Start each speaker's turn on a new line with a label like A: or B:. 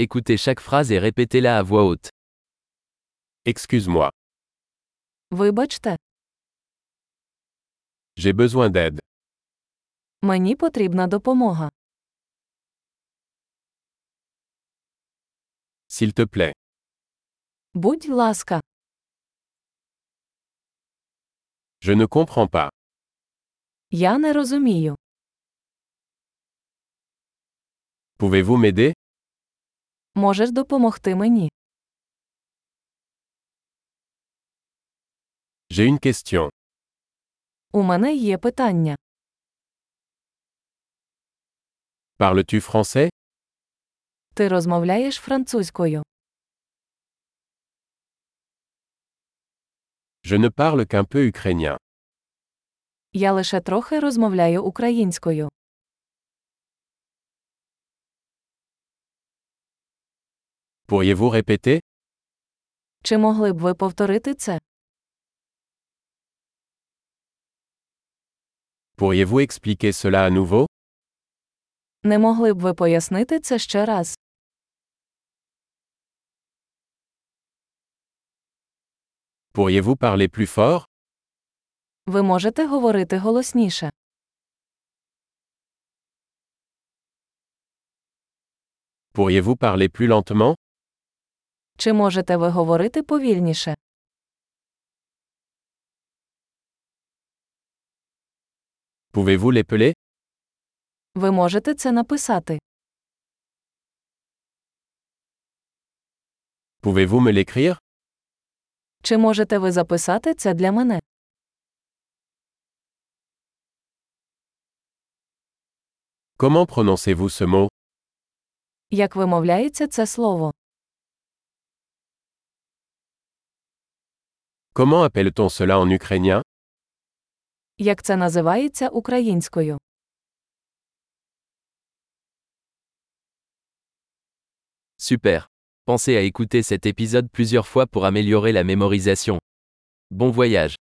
A: Écoutez chaque phrase et répétez-la à voix haute.
B: Excuse-moi,
C: Вибачте,
B: j'ai besoin d'aide.
C: мені потрібна допомога.
B: S'il te plaît,
C: Будь ласка,
B: je ne comprends pas.
C: я не розумію.
B: Pouvez-vous m'aider
C: Можеш допомогти мені?
B: J'ai une question.
C: У мене є питання.
B: Parles-tu français
C: Ти розмовляєш французькою.
B: Je ne parle qu'un peu ukrainien.
C: Я лише трохи розмовляю українською.
B: Pourriez-vous répéter
C: Чи могли б ви повторити це?
B: Pourriez-vous expliquer cela à nouveau
C: Не могли б ви пояснити це ще раз?
B: Pourriez-vous parler plus fort
C: Ви можете говорити голосніше.
B: Pourriez-vous parler plus lentement
C: Чи можете ви говорити повільніше?
B: Pouvez-vous l'épeler
C: Ви можете це написати.
B: Pouvez-vous me l'écrire
C: Чи можете ви записати це для мене?
B: Comment prononcez-vous ce mot
C: Як вимовляється це слово?
B: Comment appelle-t-on cela en ukrainien
C: Як це називається українською?
A: Super. Pensez à écouter cet épisode plusieurs fois pour améliorer la mémorisation. Bon voyage.